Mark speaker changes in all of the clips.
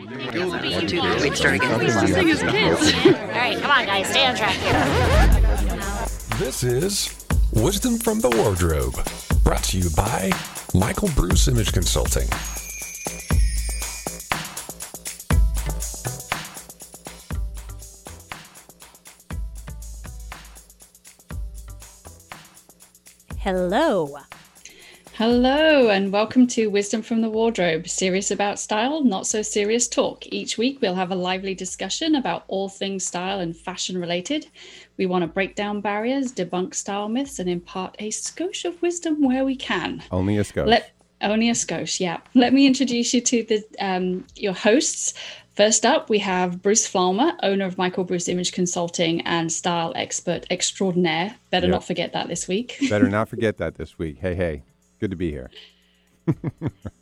Speaker 1: do one, two, three. Wait, start again.
Speaker 2: All right, come on, guys, stay on track here.
Speaker 3: This is Wisdom from the Wardrobe, brought to you by Michael Bruce Image Consulting.
Speaker 2: Hello.
Speaker 4: Hello, and welcome to Wisdom from the Wardrobe, serious about style, not so serious talk. Each week, we'll have a lively discussion about all things style and fashion related. We want to break down barriers, debunk style myths, and impart a skosh of wisdom where we can.
Speaker 5: Only a scope.
Speaker 4: Let only a skosh, yeah. Let me introduce you to the um, your hosts. First up, we have Bruce Flalmer, owner of Michael Bruce Image Consulting and style expert extraordinaire. Better
Speaker 5: Yeah.
Speaker 4: not forget that this week.
Speaker 5: Better not forget that this week. Hey, hey, good to be here.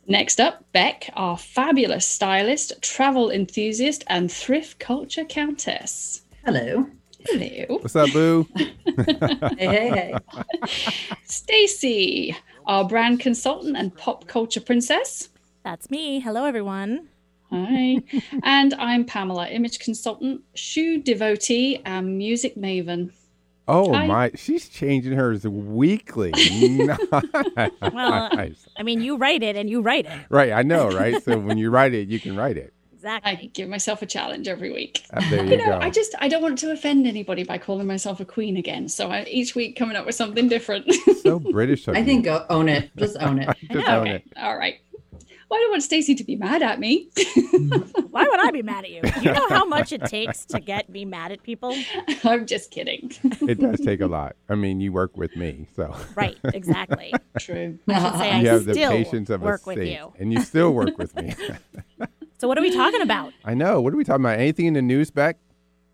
Speaker 4: Next up, Beck, our fabulous stylist, travel enthusiast, and thrift culture countess.
Speaker 6: Hello.
Speaker 4: Hello.
Speaker 5: What's up, Boo?
Speaker 6: Hey, hey, hey.
Speaker 4: Stacy, our brand consultant and pop culture princess.
Speaker 2: That's me. Hello, everyone.
Speaker 4: Hi. and I'm Pamela, image consultant, shoe devotee, and music maven.
Speaker 5: Oh
Speaker 4: Hi.
Speaker 5: my, she's changing hers weekly.
Speaker 2: Well,
Speaker 5: nice.
Speaker 2: I mean, you write it and you write it.
Speaker 5: Right, I know, right? So when you write it, you can write it.
Speaker 4: I
Speaker 2: Exactly.
Speaker 4: give myself a challenge every week.
Speaker 5: Uh, there you,
Speaker 4: You know,
Speaker 5: go.
Speaker 4: I just I don't want to offend anybody by calling myself a queen again. So I each week coming up with something different.
Speaker 5: so British. Of
Speaker 6: I
Speaker 5: you.
Speaker 6: think uh, own it. Just own it.
Speaker 5: Just own
Speaker 4: okay.
Speaker 5: it.
Speaker 4: All right. Well, I don't want Stacy to be mad at me.
Speaker 2: Why would I be mad at you? You know how much it takes to get me mad at people?
Speaker 4: I'm just kidding.
Speaker 5: It does take a lot. I mean, you work with me, so
Speaker 2: Right, exactly.
Speaker 4: True.
Speaker 2: I should say I
Speaker 5: you have the
Speaker 2: still
Speaker 5: patience of
Speaker 2: work
Speaker 5: a
Speaker 2: with
Speaker 5: saint,
Speaker 2: you.
Speaker 5: and you still work with me.
Speaker 2: So what are we talking about?
Speaker 5: I know. What are we talking about? Anything in the news, Beck?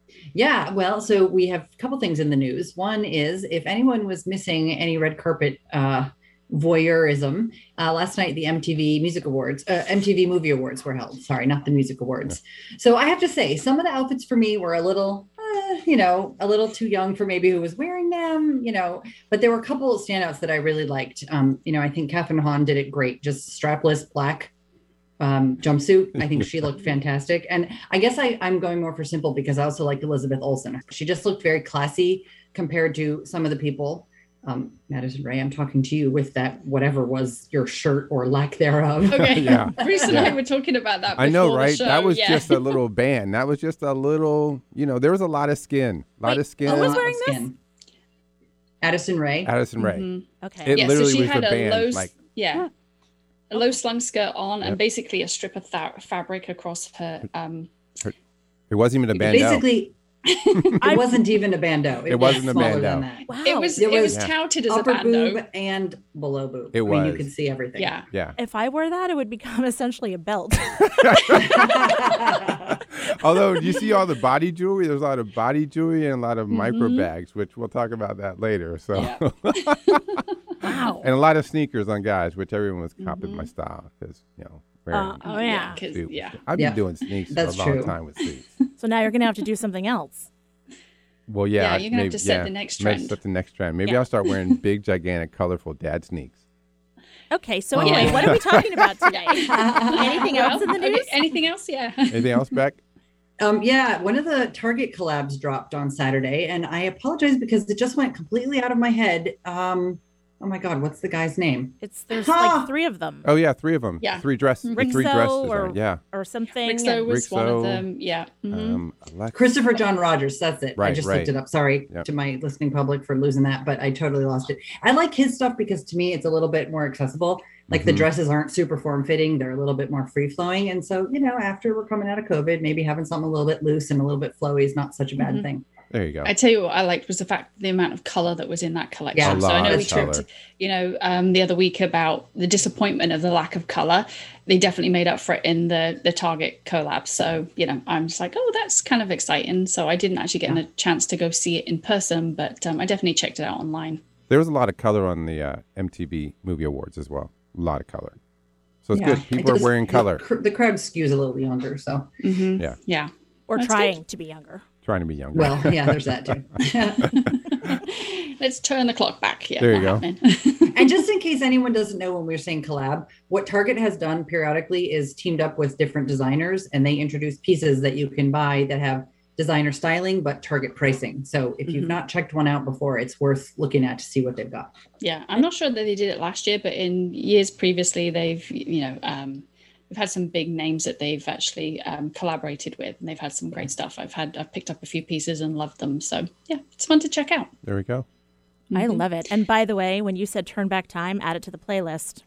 Speaker 6: Yeah. Well, so we have a couple things in the news. One is if anyone was missing any red carpet uh, voyeurism, uh, last night the MTV Music Awards, uh, MTV Movie Awards were held. Sorry, not the Music Awards. So I have to say, some of the outfits for me were a little, uh, you know, a little too young for maybe who was wearing them, you know. But there were a couple of standouts that I really liked. Um, you know, I think Catherine Hahn did it great, just strapless black um, jumpsuit. I think she looked fantastic. And I guess I, I'm going more for simple because I also liked Elizabeth Olsen. She just looked very classy compared to some of the people. Um, Madison Ray, I'm talking to you with that whatever was your shirt or lack thereof.
Speaker 4: Okay.
Speaker 5: Yeah.
Speaker 4: Bruce and I
Speaker 5: Yeah.
Speaker 4: were talking about that.
Speaker 5: I know,
Speaker 4: before the
Speaker 5: right?
Speaker 4: show,
Speaker 5: That was
Speaker 4: yeah.
Speaker 5: just a little band. That was just a little, you know, there was a lot of skin. A lot
Speaker 2: Wait,
Speaker 5: of skin.
Speaker 2: who was
Speaker 6: Uh,
Speaker 2: wearing this?
Speaker 6: skin. Addison Ray.
Speaker 5: Addison Ray.
Speaker 4: Mhm.
Speaker 2: Okay.
Speaker 5: It
Speaker 4: Yeah, so
Speaker 5: literally
Speaker 4: she
Speaker 5: was
Speaker 4: had
Speaker 5: the
Speaker 4: a
Speaker 5: band.
Speaker 4: low, s-
Speaker 5: like,
Speaker 4: yeah, a low slung skirt on, and
Speaker 5: Yep.
Speaker 4: basically a strip of fa- fabric across her. Um,
Speaker 5: it wasn't even a band.
Speaker 6: Basically,
Speaker 2: I-
Speaker 6: it wasn't even a bandeau.
Speaker 5: It wasn't a
Speaker 6: smaller
Speaker 5: bandeau.
Speaker 6: than that.
Speaker 2: Wow.
Speaker 4: It was
Speaker 6: It
Speaker 4: it was
Speaker 6: was-
Speaker 4: touted as a
Speaker 6: Upper
Speaker 4: bando.
Speaker 6: boob and below boob.
Speaker 5: It
Speaker 6: I mean, you
Speaker 5: was.
Speaker 6: could see everything.
Speaker 4: Yeah,
Speaker 5: yeah.
Speaker 2: if I wore that, it would become essentially a belt.
Speaker 5: Although you see all the body jewelry, there's a lot of body jewelry and a lot of micro
Speaker 4: Mhm.
Speaker 5: bags, which we'll talk about that later. So,
Speaker 4: Yeah.
Speaker 2: wow.
Speaker 5: and a lot of sneakers on guys, which everyone was copying my
Speaker 4: Mhm.
Speaker 5: style because you know wearing.
Speaker 2: Uh, oh yeah.
Speaker 4: 'cause-
Speaker 5: suit was-
Speaker 4: yeah.
Speaker 5: I've
Speaker 6: Yeah.
Speaker 5: been doing sneaks for a
Speaker 6: That's
Speaker 5: long
Speaker 6: true.
Speaker 5: time with suits.
Speaker 2: So now you're gonna have to do something else.
Speaker 5: Well,
Speaker 4: Yeah,
Speaker 5: yeah,
Speaker 4: you're gonna have
Speaker 5: maybe-
Speaker 4: to set
Speaker 5: yeah.
Speaker 4: the next
Speaker 5: Maybe
Speaker 4: trend.
Speaker 5: set the next trend. Maybe
Speaker 2: Yeah.
Speaker 5: I'll start wearing big, gigantic, colorful dad sneaks.
Speaker 2: Okay. So
Speaker 6: Oh.
Speaker 2: anyway, what are we talking about today? Anything
Speaker 4: Well,
Speaker 2: else in the
Speaker 4: okay,
Speaker 2: news?
Speaker 4: anything else? Yeah.
Speaker 5: Anything else, Beck?
Speaker 6: Um, yeah, one of the Target collabs dropped on Saturday, and I apologize because it just went completely out of my head. Um, oh my God, what's the guy's name?
Speaker 2: It's there's
Speaker 6: Huh.
Speaker 2: like three of them
Speaker 5: Oh yeah, three of them.
Speaker 4: Yeah. Mm-hmm.
Speaker 5: three dress. the three
Speaker 2: Rixo
Speaker 5: dress
Speaker 2: or-
Speaker 5: design. Yeah.
Speaker 2: or something.
Speaker 4: Rixo was one of
Speaker 5: Rixo,
Speaker 4: them. Yeah. Mhm.
Speaker 5: Um, Alexa-
Speaker 6: Christopher John Rogers. That's it. I
Speaker 5: Right,
Speaker 6: just
Speaker 5: right.
Speaker 6: looked it up. Sorry
Speaker 5: Yep.
Speaker 6: to my listening public for losing that, but I totally lost it. I like his stuff because to me, it's a little bit more accessible. Like the
Speaker 5: Mhm.
Speaker 6: dresses aren't super form fitting, they're a little bit more free flowing. And so, you know, after we're coming out of COVID, maybe having something a little bit loose and a little bit flowy is not such a bad
Speaker 4: Mhm.
Speaker 6: thing.
Speaker 5: There you go.
Speaker 4: I tell you what I liked was the fact the amount of color that was in that collection.
Speaker 6: Yeah.
Speaker 5: A
Speaker 4: so I
Speaker 5: lot
Speaker 4: know we
Speaker 5: of
Speaker 4: talked,
Speaker 5: color.
Speaker 4: you know, um, the other week about the disappointment of the lack of color. They definitely made up for it in the the Target collab. So you know, I'm just like, oh, that's kind of exciting. So I didn't actually get a chance to go see it in person, but um, I definitely checked it out online.
Speaker 5: There was a lot of color on the uh, MTV Movie Awards as well. A lot of color. So it's
Speaker 6: Yeah.
Speaker 5: good.
Speaker 6: I
Speaker 5: People are
Speaker 6: just-
Speaker 5: wearing
Speaker 6: the
Speaker 5: color,
Speaker 6: cr- The crowd skews a little younger. So,
Speaker 4: Mm-hmm.
Speaker 5: Yeah.
Speaker 4: Yeah.
Speaker 2: or
Speaker 4: That's good.
Speaker 2: trying to be younger.
Speaker 5: trying to be younger.
Speaker 6: well, yeah, there's that too.
Speaker 4: Let's turn the clock back. Yeah,
Speaker 5: There you
Speaker 4: not
Speaker 5: go.
Speaker 4: happening.
Speaker 6: And just in case anyone doesn't know when we we're saying collab, what Target has done periodically is teamed up with different designers and they introduce pieces that you can buy that have designer styling but Target pricing. So if you've
Speaker 4: Mhm.
Speaker 6: not checked one out before, it's worth looking at to see what they've got.
Speaker 4: yeah, I'm not sure that they did it last year, but in years previously, they've you know um, we've had some big names that they've actually um, collaborated with, and they've had some great stuff. I've had I've picked up a few pieces and loved them, so yeah, it's fun to check out.
Speaker 5: There we go.
Speaker 2: I
Speaker 4: Mm-hmm.
Speaker 2: love it. And by the way, when you said turn back time, add it to the playlist.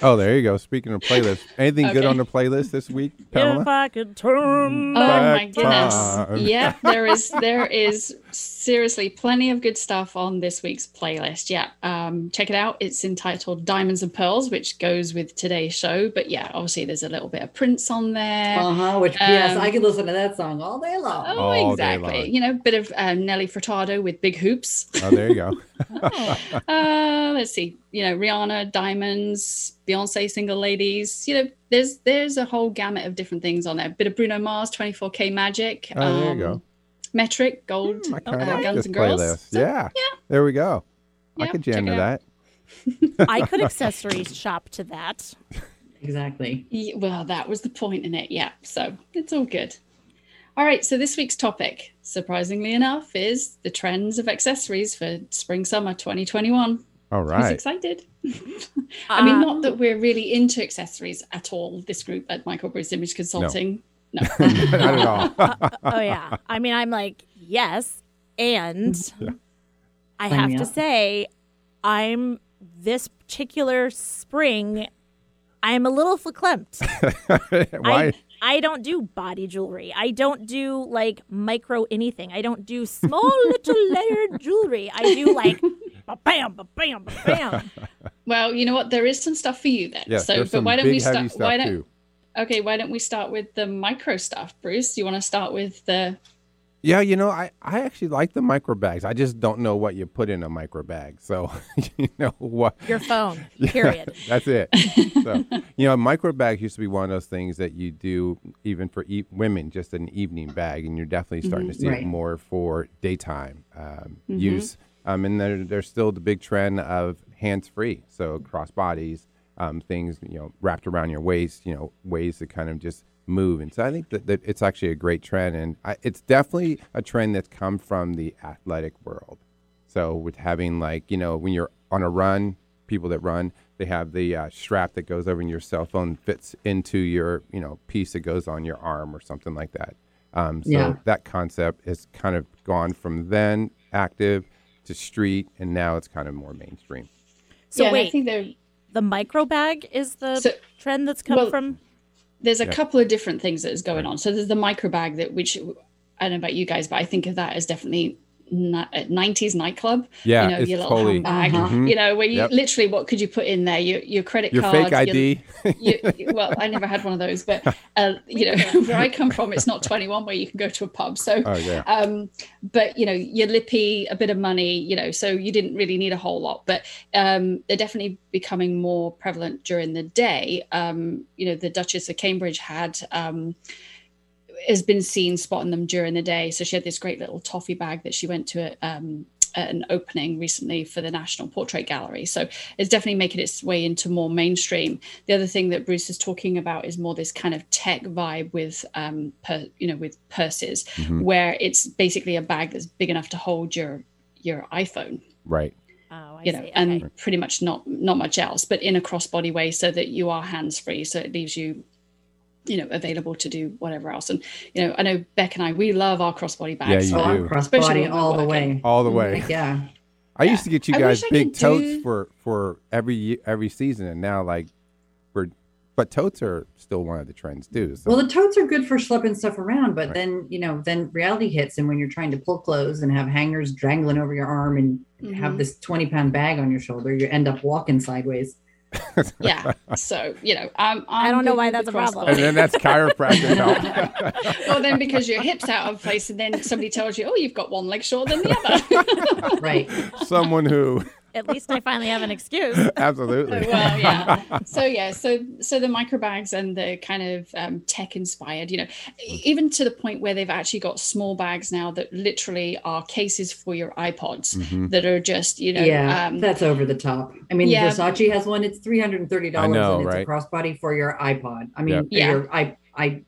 Speaker 5: Oh, there you go. Speaking of playlists, anything good
Speaker 4: Okay.
Speaker 5: on the playlist this week,
Speaker 2: If
Speaker 5: Pamela?
Speaker 2: I could turn
Speaker 4: Oh my
Speaker 5: Back
Speaker 4: goodness!
Speaker 5: time.
Speaker 4: Yeah, there is there is seriously plenty of good stuff on this week's playlist. Yeah, um, check it out. It's entitled "Diamonds and Pearls," which goes with today's show. But yeah, obviously there's a little bit of Prince on there.
Speaker 6: Uh-huh. Which yes,
Speaker 4: Um,
Speaker 6: I could listen to that song all day long.
Speaker 4: Oh,
Speaker 5: All day
Speaker 4: exactly.
Speaker 5: long.
Speaker 4: You know, bit of um, Nelly Furtado with big hoops.
Speaker 5: Oh, there you go.
Speaker 2: Oh,
Speaker 4: Uh, let's see. You know, Rihanna, Diamonds, Beyonce, Single Ladies. You know, there's there's a whole gamut of different things on there. Bit of Bruno Mars, 24K Magic. um,
Speaker 5: Oh, there you go. Hmm,
Speaker 4: Metric, Gold.
Speaker 5: I kind of
Speaker 4: Okay.
Speaker 5: like
Speaker 4: Guns
Speaker 5: this
Speaker 4: and Girls.
Speaker 5: playlist.
Speaker 4: So,
Speaker 5: yeah. There we go. I
Speaker 4: Yeah,
Speaker 5: could jam
Speaker 4: check
Speaker 5: to
Speaker 4: it out.
Speaker 5: that.
Speaker 2: Um, I could accessories shop to that.
Speaker 6: Exactly.
Speaker 4: Ye- Well, that was the point in it. Yeah. So it's all good. All right. So this week's topic, surprisingly enough, is the trends of accessories for spring summer 2021.
Speaker 5: All
Speaker 4: Who's
Speaker 5: right.
Speaker 4: excited? I mean,
Speaker 2: Um,
Speaker 4: not that we're really into accessories at all, this group at Michael Bruce Image Consulting. No.
Speaker 5: Not at all.
Speaker 2: oh yeah. I mean, I'm like yes, and I
Speaker 6: Sign
Speaker 2: have
Speaker 6: me
Speaker 2: to
Speaker 6: up.
Speaker 2: say, I'm this particular spring, I'm a little verklempt.
Speaker 5: Why?
Speaker 2: I, I don't do body jewelry. I don't do like micro anything. I don't do small little layered jewelry. I do like ba bam, ba bam, ba bam.
Speaker 4: Well, you know what? There is some stuff for you then.
Speaker 5: Yes,
Speaker 4: so,
Speaker 5: there's
Speaker 4: but
Speaker 5: some
Speaker 4: why don't
Speaker 5: big
Speaker 4: we
Speaker 5: heavy
Speaker 4: start?
Speaker 5: stuff
Speaker 4: Why don't?
Speaker 5: too.
Speaker 4: Okay, why don't we start with the micro stuff, Bruce? You want to start with the?
Speaker 5: Yeah, you know, I, I actually like the micro bags. I just don't know what you put in a micro bag. So, you know what?
Speaker 2: Your phone. Period.
Speaker 5: That's it. So, you know, micro bags used to be one of those things that you do even for e- women, just an evening bag, and you're definitely starting to see it
Speaker 6: Right.
Speaker 5: more for daytime um, use. Um, and there, there's still the big trend of hands free, so cross bodies, um, things you know wrapped around your waist, you know, ways to kind of just move. And so I think that, that it's actually a great trend, and I, it's definitely a trend that's come from the athletic world. So with having like you know when you're on a run, people that run, they have the uh, strap that goes over in your cell phone fits into your you know piece that goes on your arm or something like that. Um, so
Speaker 6: Yeah.
Speaker 5: that concept has kind of gone from then active to street, and now it's kind of more mainstream.
Speaker 2: So
Speaker 4: Yeah, and I
Speaker 2: wait,
Speaker 4: think there
Speaker 2: the micro bag is the
Speaker 4: So-
Speaker 2: trend that's come
Speaker 4: well-
Speaker 2: from
Speaker 4: there's a couple of different things that is going on. So there's the micro bag that which I don't know about you guys, but I think of that as definitely ni- a 90s nightclub.
Speaker 5: Yeah,
Speaker 4: you know,
Speaker 5: it's
Speaker 4: your little
Speaker 5: totally-
Speaker 4: handbag.
Speaker 5: Mhm.
Speaker 4: You know, where you
Speaker 5: Yep.
Speaker 4: literally what could you put in there? Your your credit
Speaker 5: Your
Speaker 4: card,
Speaker 5: fake ID,
Speaker 4: you, well, I never had one of those, but uh, you know, where I come from, it's not 21 where you can go to a pub. So,
Speaker 5: Oh, yeah.
Speaker 4: um, but you know, your lippy, a bit of money, you know, so you didn't really need a whole lot, but um, they're definitely becoming more prevalent during the day. Um, you know, the Duchess of Cambridge had. Um, has been seen spotting them during the day. So she had this great little toffee bag that she went to a, um, at an opening recently for the National Portrait Gallery. So it's definitely making its way into more mainstream. The other thing that Bruce is talking about is more this kind of tech vibe with, um, per, you know, with purses,
Speaker 5: Mhm.
Speaker 4: where it's basically a bag that's big enough to hold your your iPhone,
Speaker 5: right?
Speaker 2: Oh, I
Speaker 4: you know,
Speaker 2: see.
Speaker 4: and
Speaker 2: okay.
Speaker 4: pretty much not not much else, but in a crossbody way, so that you are hands free, so it leaves you, you know, available to do whatever else. And you know, I know Beck and I we love our crossbody bags.
Speaker 5: You
Speaker 6: Oh, I'm
Speaker 5: do.
Speaker 4: Especially
Speaker 6: crossbody
Speaker 4: when we're
Speaker 6: all the
Speaker 4: working.
Speaker 6: way.
Speaker 5: All the way.
Speaker 6: Yeah.
Speaker 5: I used to get you
Speaker 4: I
Speaker 5: guys
Speaker 4: wish I
Speaker 5: big
Speaker 4: could
Speaker 5: totes
Speaker 4: do-
Speaker 5: for for every ye- every season, and now like we're but totes are still one of the trends too. So
Speaker 6: Well, the totes are good for schlepping stuff around, but then you know, then reality hits, and when you're trying to pull clothes and have hangers dangling over your arm and have
Speaker 4: Mhm.
Speaker 6: this 20 pound bag on your shoulder, you end up walking sideways.
Speaker 4: yeah. So you know, I'm, I'm
Speaker 2: I don't know
Speaker 4: good
Speaker 2: why
Speaker 4: with
Speaker 2: that's
Speaker 4: the
Speaker 2: a problem.
Speaker 5: and
Speaker 4: crossbody.
Speaker 5: then that's chiropractic help.
Speaker 4: well, then because your hips out of place, and then somebody tells you, oh, you've got one leg shorter than the other.
Speaker 6: Right.
Speaker 5: Someone who
Speaker 2: at least I finally have an excuse.
Speaker 5: Absolutely.
Speaker 4: well, yeah. So yeah, so so the microbags and the kind of um, tech inspired, you know, e-
Speaker 5: Mm.
Speaker 4: even to the point where they've actually got small bags now that literally are cases for your iPods
Speaker 5: Mhm.
Speaker 4: that are just, you know,
Speaker 6: yeah,
Speaker 4: um,
Speaker 6: that's over the top. I mean,
Speaker 4: yeah.
Speaker 6: Versace has one. It's three hundred and thirty
Speaker 5: I
Speaker 6: dollars,
Speaker 5: know,
Speaker 6: and it's
Speaker 5: right?
Speaker 6: a crossbody for your iPod. I
Speaker 5: Yeah.
Speaker 6: mean,
Speaker 4: Yeah.
Speaker 6: your i i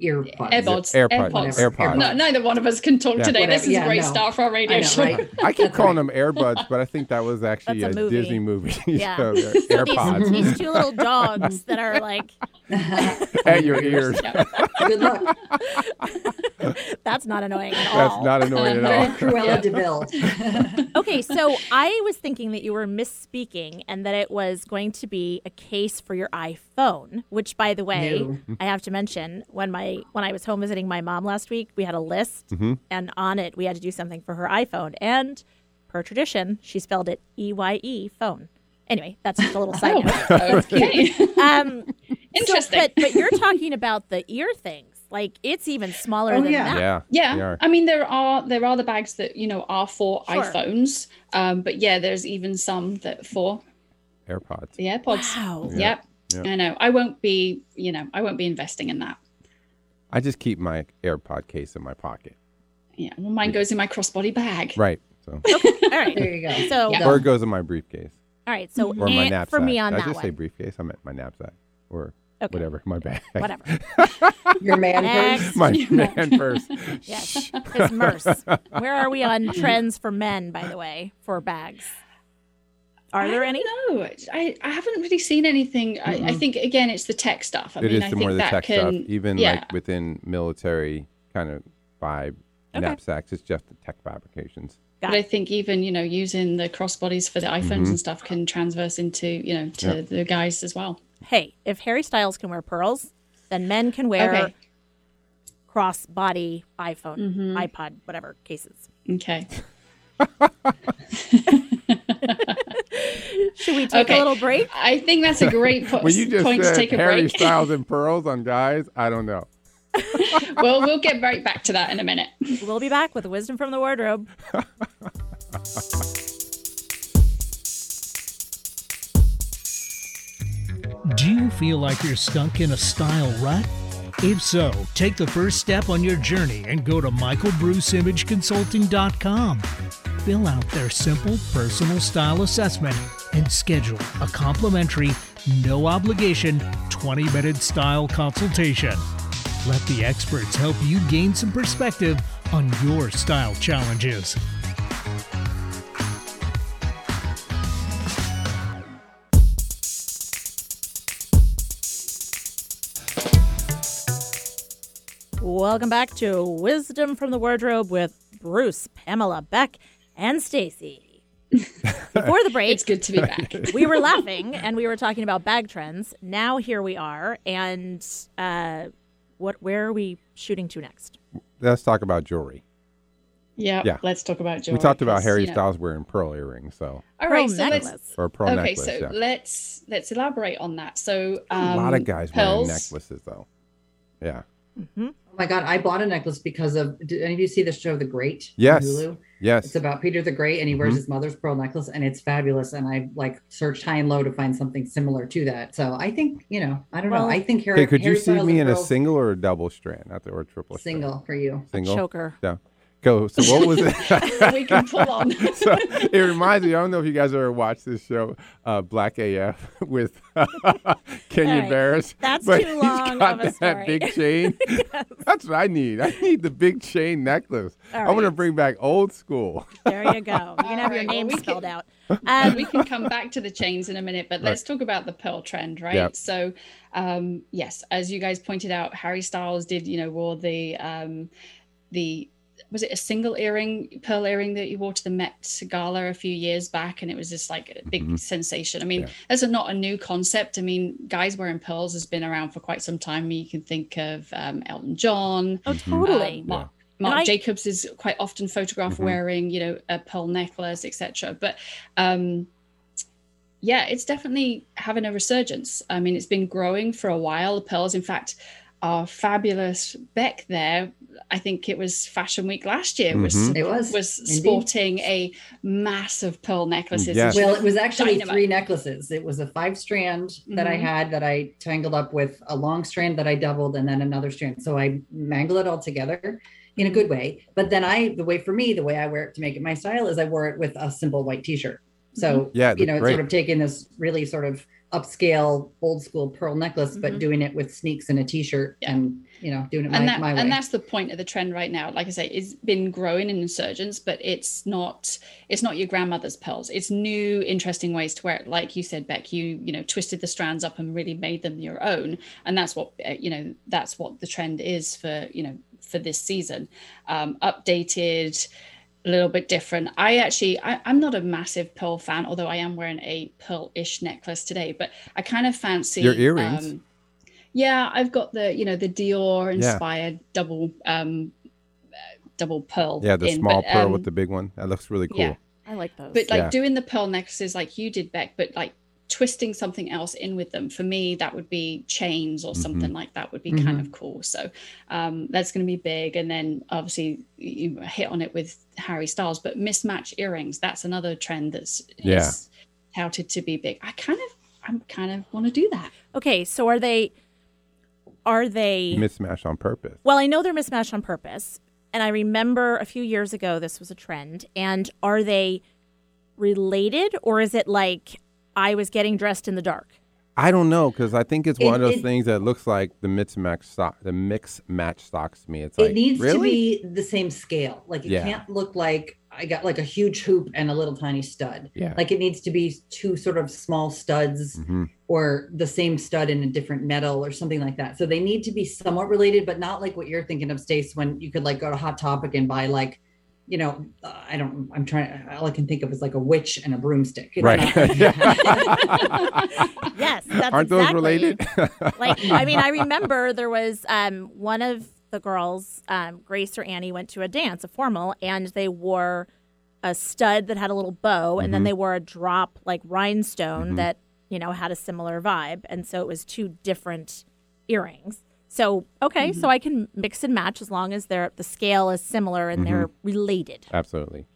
Speaker 6: earbuds.
Speaker 4: AirPods.
Speaker 5: AirPod-
Speaker 4: AirPods.
Speaker 5: AirPod.
Speaker 4: No, neither one of us can talk
Speaker 5: Yeah.
Speaker 4: today.
Speaker 6: Whatever.
Speaker 4: This is
Speaker 6: Yeah,
Speaker 4: great
Speaker 6: no.
Speaker 4: start for our
Speaker 6: I
Speaker 4: radio
Speaker 6: know,
Speaker 4: show.
Speaker 6: right?
Speaker 5: I keep
Speaker 6: That's
Speaker 5: calling
Speaker 6: right.
Speaker 5: them Airbuds, but I think that was actually
Speaker 2: That's
Speaker 5: a,
Speaker 2: a movie.
Speaker 5: Disney movie.
Speaker 2: Yeah.
Speaker 5: so
Speaker 2: So
Speaker 5: they're
Speaker 2: these,
Speaker 5: AirPods
Speaker 2: these two little dogs that are like,
Speaker 5: at your ears.
Speaker 4: Yeah.
Speaker 6: Good luck.
Speaker 2: that's not annoying at all.
Speaker 5: That's not annoying
Speaker 6: Very
Speaker 5: at all.
Speaker 6: Cruella Deville.
Speaker 2: okay, so I was thinking that you were misspeaking and that it was going to be a case for your iPhone, which by the way,
Speaker 6: No.
Speaker 2: I have to mention when my when I was home visiting my mom last week, we had a list
Speaker 5: Mm-hmm.
Speaker 2: and on it we had to do something for her iPhone and per tradition, she spelled it E Y E phone. Anyway, that's just a little
Speaker 4: Oh.
Speaker 2: side note.
Speaker 4: okay.
Speaker 2: Um so-
Speaker 4: Interesting.
Speaker 2: but but you're talking about the ear things. Like it's even smaller
Speaker 6: Oh,
Speaker 2: than
Speaker 6: yeah.
Speaker 2: that.
Speaker 5: Yeah. They
Speaker 4: yeah
Speaker 5: are.
Speaker 4: i mean there are there are the bags that you know are for
Speaker 2: Sure.
Speaker 4: iphones um but yeah there's even some that for
Speaker 5: AirPods.
Speaker 4: the airpods
Speaker 2: Wow.
Speaker 5: Yeah.
Speaker 4: yep
Speaker 5: Yeah.
Speaker 4: i know i won't be you know i won't be investing in that
Speaker 5: I just keep my AirPod case in my pocket.
Speaker 4: yeah well mine goes in my crossbody bag
Speaker 5: Right. So
Speaker 2: All right.
Speaker 6: There you go.
Speaker 2: So
Speaker 4: Yeah.
Speaker 5: or it goes in my briefcase
Speaker 2: all right, so
Speaker 5: or my
Speaker 2: eh,
Speaker 5: knapsack.
Speaker 2: for me on
Speaker 5: Did I
Speaker 2: that
Speaker 5: just
Speaker 2: one.
Speaker 5: say briefcase. I meant my knapsack or
Speaker 2: Okay.
Speaker 5: whatever. My bag.
Speaker 2: Whatever.
Speaker 6: Your man
Speaker 2: Next.
Speaker 6: first.
Speaker 5: my man first.
Speaker 2: Yes, it's MERS. Where are we on trends for men, by the way, for bags? Are there any?
Speaker 4: no i i haven't really seen anything I, I think again it's the tech stuff i
Speaker 5: Mm-hmm. It is
Speaker 4: mean i
Speaker 5: the
Speaker 4: think
Speaker 5: more the
Speaker 4: that
Speaker 5: tech
Speaker 4: can
Speaker 5: stuff, even
Speaker 4: yeah
Speaker 5: like within military kind of vibe
Speaker 2: Okay.
Speaker 5: knapsacks. It's just the tech fabrications.
Speaker 2: Got
Speaker 4: but I
Speaker 2: it.
Speaker 4: think even you know using the crossbodies for the iPhones and stuff can transverse into you know to
Speaker 5: Mm-hmm. Yeah.
Speaker 4: the guys as well.
Speaker 2: Hey, if Harry Styles can wear pearls, then men can wear
Speaker 4: Okay.
Speaker 2: cross-body iPhone,
Speaker 4: Mm-hmm.
Speaker 2: iPod, whatever cases.
Speaker 4: Okay.
Speaker 2: Should we take a
Speaker 4: Okay.
Speaker 2: little break?
Speaker 4: I think that's a great po-
Speaker 5: When you just
Speaker 4: Uh, point to
Speaker 5: said
Speaker 4: take a
Speaker 5: Harry
Speaker 4: break.
Speaker 5: Styles and pearls on guys, I don't know.
Speaker 4: well, we'll get right back to that in a minute.
Speaker 2: We'll be back with wisdom from the wardrobe.
Speaker 7: Do you feel like you're stuck in a style rut? If so, take the first step on your journey and go to michaelbruceimageconsulting.com. Fill out their simple personal style assessment and schedule a complimentary, no obligation 20 minute style consultation. Let the experts help you gain some perspective on your style challenges.
Speaker 2: Welcome back to Wisdom from the Wardrobe with Bruce, Pamela, Beck, and Stacy. Before the break,
Speaker 4: It's good to be back.
Speaker 2: we were laughing and we were talking about bag trends. Now here we are, and uh, what? Where are we shooting to next?
Speaker 5: Let's talk about jewelry.
Speaker 4: Yeah,
Speaker 5: Yeah.
Speaker 4: let's talk about jewelry.
Speaker 5: we talked about
Speaker 4: 'cause,
Speaker 5: Harry
Speaker 4: you know-
Speaker 5: Styles wearing pearl earrings, so
Speaker 4: All right,
Speaker 2: Pearl
Speaker 4: so let's
Speaker 2: necklace.
Speaker 5: or a pearl
Speaker 4: okay,
Speaker 5: necklace.
Speaker 4: so
Speaker 5: yeah.
Speaker 4: let's let's elaborate on that. So um,
Speaker 5: a lot of guys wearing
Speaker 4: pearls.
Speaker 5: necklaces though. Yeah.
Speaker 6: Oh my God, I bought a necklace because of. Did any of you see the show The Great? on
Speaker 5: Yes.
Speaker 6: Hulu?
Speaker 5: Yes.
Speaker 6: It's about Peter the Great, and he
Speaker 5: Mm-hmm.
Speaker 6: wears his mother's pearl necklace, and it's fabulous. And I like searched high and low to find something similar to that. So I think you know, I don't
Speaker 2: Well-
Speaker 6: know. I think Harry.
Speaker 5: Okay, could you
Speaker 6: Harry
Speaker 5: see
Speaker 6: Styles
Speaker 5: me in
Speaker 6: and
Speaker 5: a
Speaker 6: pearls-
Speaker 5: single or a double strand, not the, or a triple strand?
Speaker 6: single for you?
Speaker 5: Single.
Speaker 2: Choker.
Speaker 5: Yeah. Go. So what was it?
Speaker 4: we can pull on.
Speaker 5: so it reminds me. I don't know if you guys ever watched this show, uh, Black AF, with Kenya
Speaker 2: right.
Speaker 5: Barris.
Speaker 2: That's
Speaker 5: but
Speaker 2: too
Speaker 5: he's
Speaker 2: long of
Speaker 5: got
Speaker 2: a story.
Speaker 5: that big chain. That's what I need. I need the big chain necklace.
Speaker 2: All
Speaker 5: I want to
Speaker 2: right.
Speaker 5: bring back old school.
Speaker 2: There you go. You can have your
Speaker 4: Alright, well,
Speaker 2: name
Speaker 4: we can-
Speaker 2: spelled out. Um,
Speaker 4: uh, we can come back to the chains in a minute, but let's talk about the pearl trend, right?
Speaker 5: Yep.
Speaker 4: So, um, yes, as you guys pointed out, Harry Styles did, you know, wore the um, the was it a single earring, pearl earring that you wore to the Met Gala a few years back, and it was just like a big
Speaker 5: Mm-hmm.
Speaker 4: sensation. I mean, that's a, not a new concept. I mean, guys wearing pearls has been around for quite some time. You can think of um, Elton John,
Speaker 2: oh, totally.
Speaker 4: um, Mark,
Speaker 2: And
Speaker 4: Mark
Speaker 2: I-
Speaker 4: Jacobs is quite often photographed wearing, you know, a pearl necklace, etc. But um, yeah, it's definitely having a resurgence. I mean, it's been growing for a while. The pearls, in fact, our fabulous Beck there I think it was Fashion Week last year
Speaker 5: Mhm.
Speaker 4: was
Speaker 6: It was,
Speaker 4: was
Speaker 6: indeed.
Speaker 4: sporting a mass of pearl necklaces.
Speaker 5: Yes.
Speaker 4: She
Speaker 6: Well, it was actually
Speaker 4: Dynamite.
Speaker 6: three necklaces. It was a five strand that I
Speaker 4: Mhm.
Speaker 6: had that I tangled up with a long strand that I doubled and then another strand. So I mangle it all together in a good way. But then I, the way for me, the way I wear it to make it my style is I wore it with a simple white t shirt. So,
Speaker 5: Yeah,
Speaker 6: you know, it's
Speaker 5: great.
Speaker 6: sort of taking this really sort of upscale old school pearl necklace, but
Speaker 4: Mhm.
Speaker 6: doing it with sneaks and a t shirt
Speaker 4: Yeah.
Speaker 6: and, you know, doing it my,
Speaker 4: and that
Speaker 6: my way.
Speaker 4: and that's the point of the trend right now like i say it's been growing in insurgents but it's not it's not your grandmother's pearls it's new interesting ways to wear it like you said beck you you know twisted the strands up and really made them your own and that's what uh, you know that's what the trend is for you know for this season um updated a little bit different i actually I, i'm not a massive pearl fan although i am wearing a pearl-ish necklace today but i kind of fancy um,
Speaker 5: Your earrings?
Speaker 4: yeah, I've got the you know the Dior
Speaker 5: Yeah.
Speaker 4: inspired double um uh, double pearl.
Speaker 5: Yeah, the
Speaker 4: in,
Speaker 5: small
Speaker 4: but,
Speaker 5: pearl
Speaker 4: um,
Speaker 5: with the big one. That looks really cool.
Speaker 4: yeah.
Speaker 2: I like those.
Speaker 4: But Um, like
Speaker 5: Yeah.
Speaker 4: doing the pearl necklaces like you did, Beck, but like twisting something else in with them. For me, that would be chains
Speaker 5: Mm-hmm.
Speaker 4: or something like that would be kind of cool. So um, that's going to be big. And then obviously you hit on it with Harry Styles, but mismatch earrings. That's another trend that's
Speaker 5: Yeah.
Speaker 4: is touted to be big. I kind of, I'm kind of want to do that.
Speaker 2: okay, so are they? Are they?
Speaker 5: Mismatch on purpose.
Speaker 2: Well, I know they're mismatched on purpose. And I remember a few years ago this was a trend. And are they related or is it like I was getting dressed in the dark?
Speaker 5: I don't know because I think it's one of
Speaker 6: It-
Speaker 5: those
Speaker 6: it-
Speaker 5: things that looks like the mix match stock. The mix match stocks me. It's like
Speaker 6: it needs
Speaker 5: really?
Speaker 6: to be the same scale. Like it
Speaker 5: Yeah.
Speaker 6: can't look like I got like a huge hoop and a little tiny stud.
Speaker 5: Yeah.
Speaker 6: Like it needs to be two sort of small studs
Speaker 5: Mhm.
Speaker 6: or the same stud in a different metal or something like that. So they need to be somewhat related, but not like what you're thinking of, Stace, when you could like go to Hot Topic and buy like, you know, uh, I don't, I'm trying, all I can think of is like a witch and a broomstick. It's
Speaker 5: right.
Speaker 6: not like
Speaker 2: Yes, that's
Speaker 5: Aren't those
Speaker 2: exactly-
Speaker 5: related?
Speaker 2: like I mean, I remember there was um, one of the girls, um, Grace or Annie, went to a dance, a formal, and they wore a stud that had a little bow, and
Speaker 5: Mm-hmm.
Speaker 2: then they wore a drop like rhinestone that you know had a similar vibe, and so it was two different earrings. So okay,
Speaker 5: Mm-hmm.
Speaker 2: so I can mix and match as long as they're the scale is similar and they're
Speaker 5: Mm-hmm.
Speaker 2: related.
Speaker 5: Absolutely.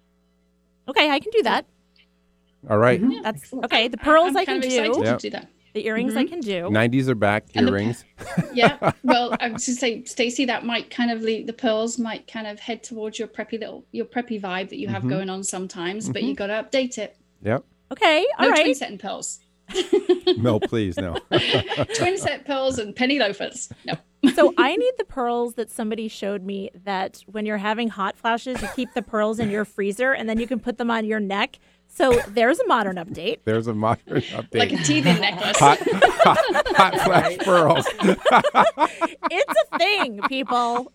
Speaker 2: Okay, I can do that.
Speaker 5: All right.
Speaker 2: That's okay. The pearls
Speaker 4: I'm
Speaker 2: I can
Speaker 4: kind of
Speaker 2: do.
Speaker 4: excited
Speaker 5: Yep.
Speaker 4: to do that.
Speaker 2: The earrings
Speaker 5: Mm-hmm.
Speaker 2: I can do.
Speaker 5: 90s are back.
Speaker 4: And the-
Speaker 5: Earrings.
Speaker 4: yeah. Well, I was just say, Stacey, that might kind of lead the pearls might kind of head towards your preppy little your preppy vibe that you
Speaker 2: Mm-hmm.
Speaker 4: have going on sometimes, but you got to update it.
Speaker 5: Yep.
Speaker 2: Okay, Mm-hmm. all
Speaker 4: No
Speaker 2: right.
Speaker 4: twin set and pearls,
Speaker 5: No, please, no.
Speaker 4: twin set pearls and penny loafers. No,
Speaker 2: So I need the pearls that somebody showed me that when you're having hot flashes, you keep the pearls in your freezer and then you can put them on your neck. So there's a modern update.
Speaker 5: There's a modern update.
Speaker 4: like a teething necklace.
Speaker 5: hot, hot, hot flash pearls.
Speaker 2: It's a thing, people.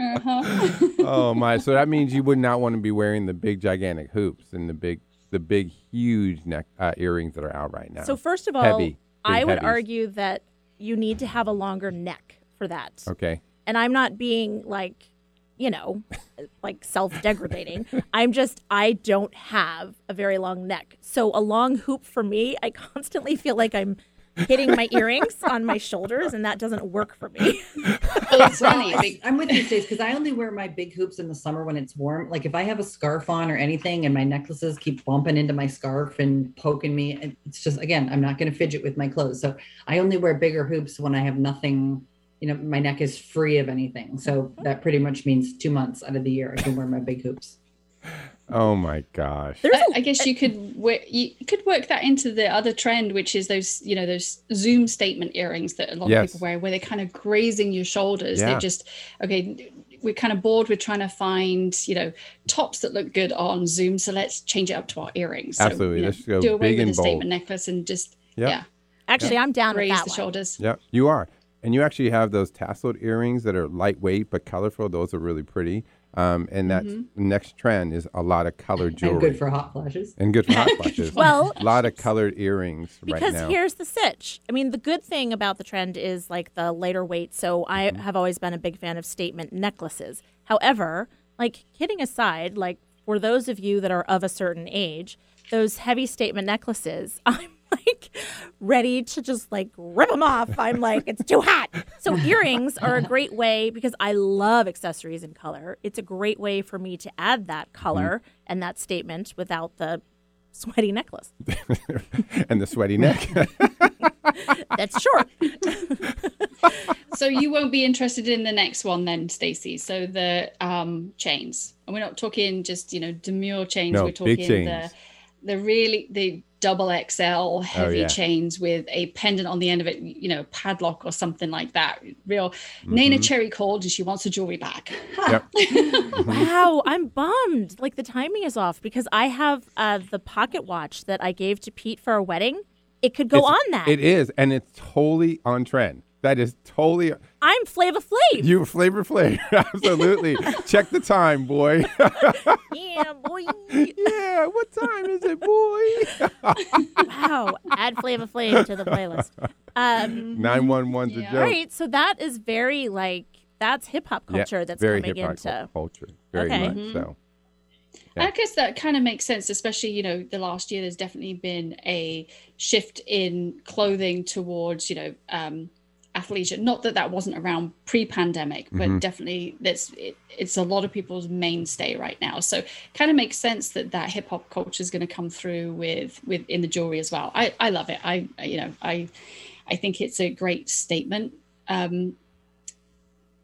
Speaker 4: Uh-huh.
Speaker 5: oh my! So that means you would not want to be wearing the big gigantic hoops and the big, the big huge neck uh, earrings that are out right now.
Speaker 2: So first of all,
Speaker 5: Heavy. Big
Speaker 2: I would
Speaker 5: heavies.
Speaker 2: argue that you need to have a longer neck for that.
Speaker 5: okay,
Speaker 2: And I'm not being like, you know, like self-degrading. I'm just I don't have a very long neck. So a long hoop for me, I constantly feel like I'm hitting my earrings on my shoulders and that doesn't work for me.
Speaker 4: Well, it's funny.
Speaker 6: Well,
Speaker 4: be-
Speaker 6: I'm with you, Stace, because I only wear my big hoops in the summer when it's warm. Like if I have a scarf on or anything, and my necklaces keep bumping into my scarf and poking me, it- it's just again, I'm not going to fidget with my clothes. So I only wear bigger hoops when I have nothing. You know, my neck is free of anything. So that pretty much means two months out of the year I can wear my big hoops.
Speaker 5: Oh my gosh.
Speaker 4: I, I guess you could work, you could work that into the other trend, which is those you know those Zoom statement earrings that a lot
Speaker 5: Yes.
Speaker 4: of people wear, where they're kind of grazing your shoulders.
Speaker 5: Yeah.
Speaker 4: They're just okay. We're kind of bored with trying to find you know tops that look good on Zoom, so let's change it up to our earrings. So,
Speaker 5: Absolutely.
Speaker 4: you know,
Speaker 5: Let's go
Speaker 4: do away
Speaker 5: big
Speaker 4: with
Speaker 5: and
Speaker 4: the statement
Speaker 5: bold.
Speaker 4: necklace and just
Speaker 5: Yep.
Speaker 4: yeah,
Speaker 2: Actually, I'm down with
Speaker 4: raise
Speaker 2: that
Speaker 4: the
Speaker 2: one.
Speaker 4: shoulders.
Speaker 5: Yep, you are. And you actually have those tasseled earrings that are lightweight but colorful. Those are really pretty. Um, and that's next trend is a lot of colored jewelry
Speaker 6: And good for hot flashes.
Speaker 5: And good for hot flashes.
Speaker 2: Well-
Speaker 5: a lot of colored earrings right
Speaker 2: Because
Speaker 5: now.
Speaker 2: here's the sitch. I mean, the good thing about the trend is like the lighter weight. So I
Speaker 5: Mm-hmm.
Speaker 2: have always been a big fan of statement necklaces. However, like kidding aside, like for those of you that are of a certain age, those heavy statement necklaces, I'm like ready to just like rip them off. I'm like, it's too hot. So earrings are a great way because I love accessories in color. It's a great way for me to add that
Speaker 5: Mm-hmm.
Speaker 2: color and that statement without the sweaty necklace.
Speaker 5: and the sweaty neck.
Speaker 2: That's short.
Speaker 4: So you won't be interested in the next one then, Stacey. So the um, chains, and we're not talking just you know demure chains.
Speaker 5: No,
Speaker 4: we're talking
Speaker 5: big chains. Oh,
Speaker 4: the the really the double XL heavy
Speaker 5: yeah.
Speaker 4: chains with a pendant on the end of it, you know, padlock or something like that. Real
Speaker 5: Mm-hmm.
Speaker 4: Nana Cherry called and she wants her jewelry back.
Speaker 2: Wow, I'm bummed. Like the timing is off because I have uh, the pocket watch that I gave to Pete for our wedding. It could go
Speaker 5: It's-
Speaker 2: on that.
Speaker 5: It is, and it's totally on trend. That is totally
Speaker 2: I'm Flava Flav.
Speaker 5: you, Flavor Flav. Absolutely. Check the time, boy.
Speaker 2: yeah, boy.
Speaker 5: yeah, what time is it, boy?
Speaker 2: Wow. Add Flava Flav to the playlist. Um,
Speaker 5: Nine one one's a
Speaker 4: Yeah.
Speaker 5: joke.
Speaker 2: all right. So that is very like that's hip hop
Speaker 5: Yeah,
Speaker 2: culture that's
Speaker 5: very
Speaker 2: coming
Speaker 5: hip-hop
Speaker 2: into.
Speaker 5: culture, very
Speaker 2: Okay. Mm-hmm.
Speaker 5: much so. Yeah.
Speaker 4: I guess that kind of makes sense, especially, you know, the last year there's definitely been a shift in clothing towards, you know, um, athleisure. Not that that wasn't around pre-pandemic, but
Speaker 5: Mm-hmm.
Speaker 4: definitely that's it, it's a lot of people's mainstay right now. So kind of makes sense that that hip hop culture is going to come through with with in the jewelry as well. I I love it. I I- you know I I think it's a great statement. Um,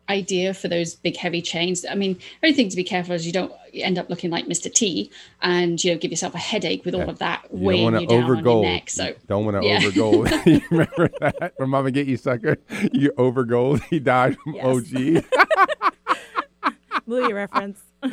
Speaker 4: idea for those big heavy chains. I mean, only thing to be careful is you don't end up looking like Mr. T and you know give yourself a headache with all of that
Speaker 5: You don't
Speaker 4: weighing
Speaker 5: want
Speaker 4: you
Speaker 5: to
Speaker 4: down on your
Speaker 5: overgold.
Speaker 4: neck. So
Speaker 5: don't want to
Speaker 4: yeah.
Speaker 5: overgold. you remember that from Mama Get You Sucker? You overgold. He died from
Speaker 2: Yes.
Speaker 5: OG.
Speaker 2: Movie reference.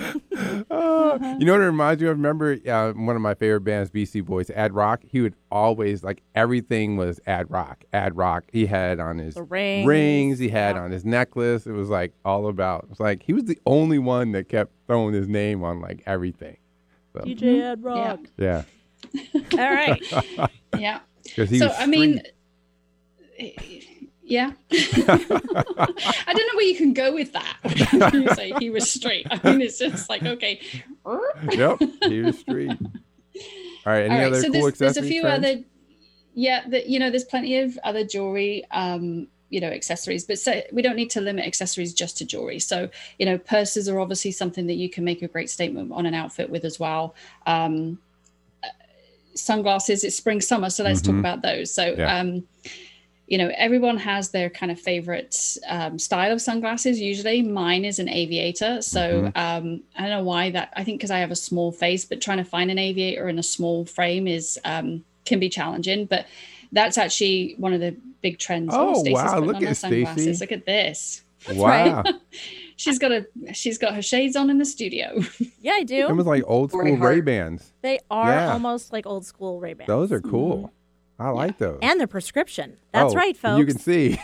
Speaker 5: Oh,
Speaker 4: Mm-hmm.
Speaker 5: You know what it reminds me of? Remember uh, one of my favorite bands, BC Boys, Ad Rock? He would always, like, everything was Ad Rock. Ad Rock. He had on his
Speaker 2: The rings.
Speaker 5: rings, he had on his necklace. It was, like, all about. It was like, he was the only one that kept throwing his name on, like, everything.
Speaker 2: DJ
Speaker 5: Mm-hmm.
Speaker 2: Ed Rock.
Speaker 5: Yeah.
Speaker 2: All right.
Speaker 4: yeah.
Speaker 5: Because he
Speaker 4: so
Speaker 5: was
Speaker 4: I mean
Speaker 5: street.
Speaker 4: yeah. I don't know where you can go with that. you say he was straight. I mean it's just like okay.
Speaker 5: Yep. He was street. All right. Any other
Speaker 4: so
Speaker 5: cool
Speaker 4: there's, there's
Speaker 5: accessories?
Speaker 4: a few
Speaker 5: friends?
Speaker 4: other yeah that you know there's plenty of other jewelry um you know accessories but so we don't need to limit accessories just to jewelry so you know purses are obviously something that you can make a great statement on an outfit with as well um uh, sunglasses it's spring summer so let's
Speaker 5: Mhm.
Speaker 4: talk about those so
Speaker 5: Yeah.
Speaker 4: um you know everyone has their kind of favorite um, style of sunglasses usually mine is an aviator so
Speaker 5: Mm-hmm.
Speaker 4: um, i don't know why that i think because i have a small face but trying to find an aviator in a small frame is um, can be challenging but that's actually one of the big trends
Speaker 5: Oh,
Speaker 4: Stacey's
Speaker 5: wow,
Speaker 4: putting
Speaker 5: look
Speaker 4: on
Speaker 5: at
Speaker 4: her sunglasses.
Speaker 5: Stacey.
Speaker 4: look at this
Speaker 5: Wow.
Speaker 4: she's got a she's got her shades on in the studio
Speaker 2: Yeah, I
Speaker 5: It
Speaker 2: do.
Speaker 5: was like old
Speaker 6: Roy
Speaker 5: school
Speaker 6: Hart.
Speaker 5: Ray Bans.
Speaker 2: They are
Speaker 5: Yeah.
Speaker 2: almost like old school Ray Bans.
Speaker 5: Those are cool. I
Speaker 4: Mm-hmm.
Speaker 5: like those.
Speaker 2: And they're prescription. That's
Speaker 5: Oh,
Speaker 2: right, folks.
Speaker 5: You can see.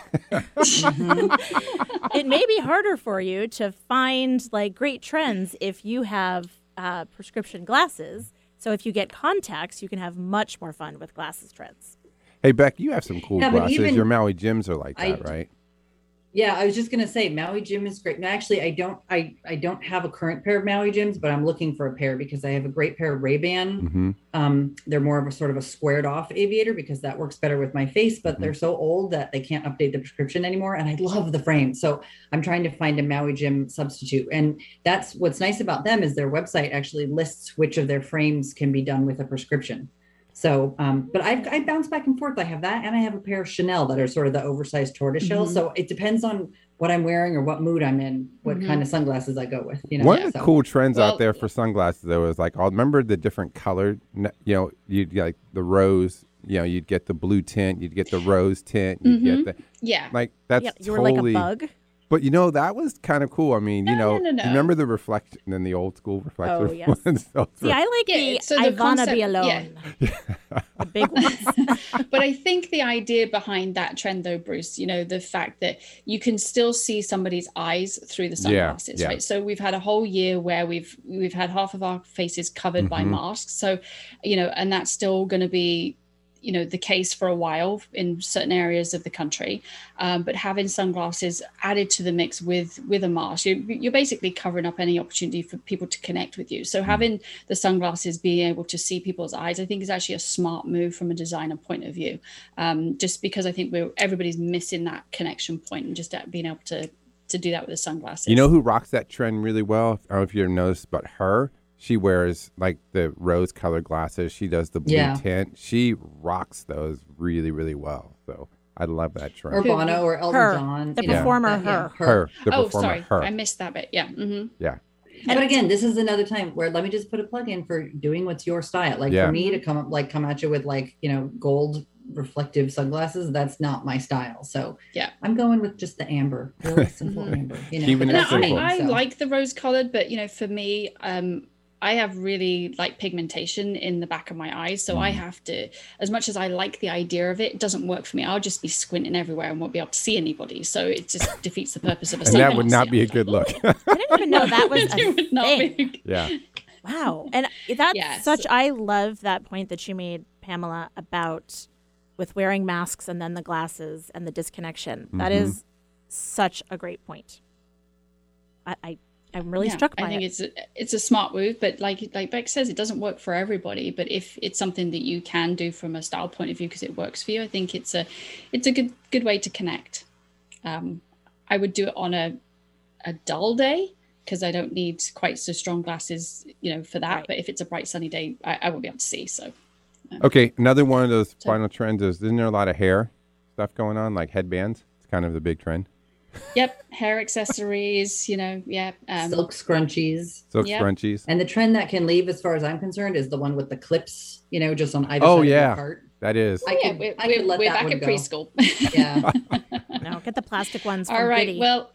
Speaker 2: it may be harder for you to find like great trends if you have uh, prescription glasses. So if you get contacts, you can have much more fun with glasses trends.
Speaker 5: Hey, Beck, you have some cool
Speaker 6: Yeah, but
Speaker 5: glasses.
Speaker 6: even-
Speaker 5: Your Maui gyms are like
Speaker 6: I-
Speaker 5: that, right?
Speaker 6: Yeah, I was just gonna say Maui Jim is great. No, actually, I don't. I I don't have a current pair of Maui Jims, but I'm looking for a pair because I have a great pair of Ray Ban.
Speaker 5: Mm-hmm.
Speaker 6: Um, they're more of a sort of a squared off aviator because that works better with my face,
Speaker 2: Mm-hmm.
Speaker 6: but they're so old that they can't update the prescription anymore. And I love the frame. So I'm trying to find a Maui Jim substitute. And that's what's nice about them is their website actually lists which of their frames can be done with a prescription. So, um, but I've, I bounce back and forth. I have that, and I have a pair of Chanel that are sort of the oversized tortoiseshell.
Speaker 2: Mm-hmm.
Speaker 4: Mhm.
Speaker 6: So it depends on what I'm wearing or what mood I'm in, what
Speaker 4: Mhm.
Speaker 2: Mm-hmm.
Speaker 6: kind of sunglasses I go with. You know,
Speaker 5: One of the
Speaker 6: so-
Speaker 5: cool trends out
Speaker 4: Well-
Speaker 5: there for sunglasses, though, is like, I remember the different colored, ne- you know, you'd get, like the rose, you know, you'd get the blue tint, you'd get the rose tint, you'd get the,
Speaker 4: yeah
Speaker 5: like, that's
Speaker 2: yeah, you were
Speaker 5: totally.
Speaker 2: like a bug.
Speaker 5: But you know, that was kind of cool. I mean, you know,
Speaker 4: no, no, no.
Speaker 5: remember the reflection in the old school reflective
Speaker 2: yes.
Speaker 5: ones? Those
Speaker 2: See,
Speaker 5: were-
Speaker 2: I like
Speaker 4: Yeah,
Speaker 2: the
Speaker 4: so the
Speaker 2: I wanna be
Speaker 4: concept- yeah.
Speaker 2: alone. the big ones.
Speaker 4: but I think the idea behind that trend, though, Bruce, you know, the fact that you can still see somebody's eyes through the
Speaker 5: Yeah,
Speaker 4: sunglasses,
Speaker 5: yeah.
Speaker 4: right? So we've had a whole year where we've
Speaker 5: Mm-hmm.
Speaker 4: we've had half of our faces covered by masks. So, you know, and that's still going to be you know the case for a while in certain areas of the country um, but having sunglasses added to the mix with with a mask you, you're basically covering up any opportunity for people to connect with you
Speaker 5: Mm.
Speaker 4: so having the sunglasses being able to see people's eyes i think is actually a smart move from a designer point of view um, just because i think we're everybody's missing that connection point and just being able to to do that with the sunglasses
Speaker 5: You know who rocks that trend really well? I don't know if you've noticed, but her, she wears like the rose colored glasses. She does the blue
Speaker 6: Yeah.
Speaker 5: tint. She rocks those really, really well. So I love that
Speaker 6: or
Speaker 5: trend.
Speaker 6: Bono or Elton
Speaker 2: Her.
Speaker 6: John.
Speaker 2: The
Speaker 6: you know,
Speaker 2: performer,
Speaker 6: that- yeah,
Speaker 2: her.
Speaker 5: her, the
Speaker 4: oh
Speaker 5: performer,
Speaker 4: sorry
Speaker 5: her.
Speaker 4: i missed that bit yeah hmm
Speaker 5: yeah.
Speaker 6: but again, this is another time where let me just put a plug in for doing what's your style. Like
Speaker 5: Yeah.
Speaker 6: for me to come up, like come at you with like you know gold reflective sunglasses, that's not my style. So
Speaker 4: Yeah.
Speaker 6: I'm going with just the amber, really simple amber. You know,
Speaker 5: Keeping
Speaker 6: but
Speaker 5: it
Speaker 4: No,
Speaker 6: that's
Speaker 5: simple.
Speaker 6: me,
Speaker 5: think
Speaker 4: I, I
Speaker 6: so.
Speaker 4: like the rose colored, but you know, for me, um, I have really like pigmentation in the back of my eyes. So
Speaker 5: Mm.
Speaker 4: I have to, as much as I like the idea of it, it doesn't work for me. I'll just be squinting everywhere and won't be able to see anybody. So it just defeats the purpose of a
Speaker 5: And that would not be a
Speaker 4: sunglass,
Speaker 5: good look.
Speaker 2: I didn't even know Oh, that was a
Speaker 4: yeah. It would not
Speaker 2: thing.
Speaker 4: be-
Speaker 5: yeah.
Speaker 2: Wow. And that's
Speaker 4: Yes.
Speaker 2: such, I love that point that you made, Pamela, about with wearing masks and then the glasses and the disconnection. That is such a great point. I, I I'm really
Speaker 4: Yeah,
Speaker 2: struck by
Speaker 4: I think
Speaker 2: it.
Speaker 4: it's a, it's a smart move, but like like Beck says, it doesn't work for everybody. But if it's something that you can do from a style point of view because it works for you, I think it's a it's a good good way to connect. Um, I would do it on a a dull day because I don't need quite so strong glasses, you know, for that.
Speaker 2: Right.
Speaker 4: But if it's a bright sunny day, I, I won't be able to see. So
Speaker 5: Okay. Another one of those final trends is isn't there a lot of hair stuff going on, like headbands? It's kind of the big trend.
Speaker 4: yep, hair accessories, you know, yeah, um,
Speaker 6: silk scrunchies.
Speaker 5: Silk
Speaker 4: Yeah.
Speaker 5: scrunchies.
Speaker 6: And the trend that can leave, as far as I'm concerned, is the one with the clips. You know, just on either
Speaker 5: Oh,
Speaker 6: side of
Speaker 5: yeah.
Speaker 6: your Oh, cart.
Speaker 5: That is.
Speaker 6: I
Speaker 4: yeah.
Speaker 6: could-
Speaker 4: We're,
Speaker 6: I could
Speaker 4: we're,
Speaker 6: let
Speaker 4: we're
Speaker 6: that
Speaker 4: back
Speaker 6: one
Speaker 4: at
Speaker 6: go.
Speaker 4: preschool.
Speaker 6: Yeah.
Speaker 2: no, get the plastic ones.
Speaker 4: all
Speaker 2: from
Speaker 4: right,
Speaker 2: Goody.
Speaker 4: well.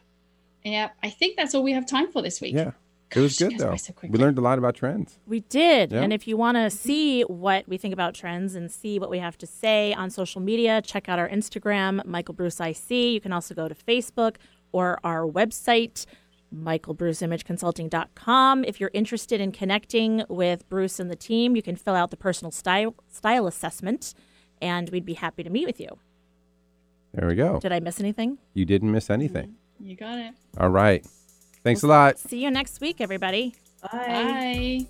Speaker 4: Yeah, I think that's all we have time for this week.
Speaker 5: Yeah. It was
Speaker 4: Gosh,
Speaker 5: good
Speaker 4: you guys
Speaker 5: though.
Speaker 4: were so quick.
Speaker 5: we learned a lot about trends.
Speaker 2: We did.
Speaker 5: Yeah.
Speaker 2: And if you want to see what we think about trends and see what we have to say on social media, check out our Instagram, Michael Bruce IC. You can also go to Facebook or our website, michaelbruceimageconsulting.com. If you're interested in connecting with Bruce and the team, you can fill out the personal style, style assessment and we'd be happy to meet with you.
Speaker 5: There we go.
Speaker 2: Did I miss anything?
Speaker 5: You didn't miss anything.
Speaker 4: You got it.
Speaker 5: All right. Thanks a lot.
Speaker 2: See you next week, everybody.
Speaker 4: Bye.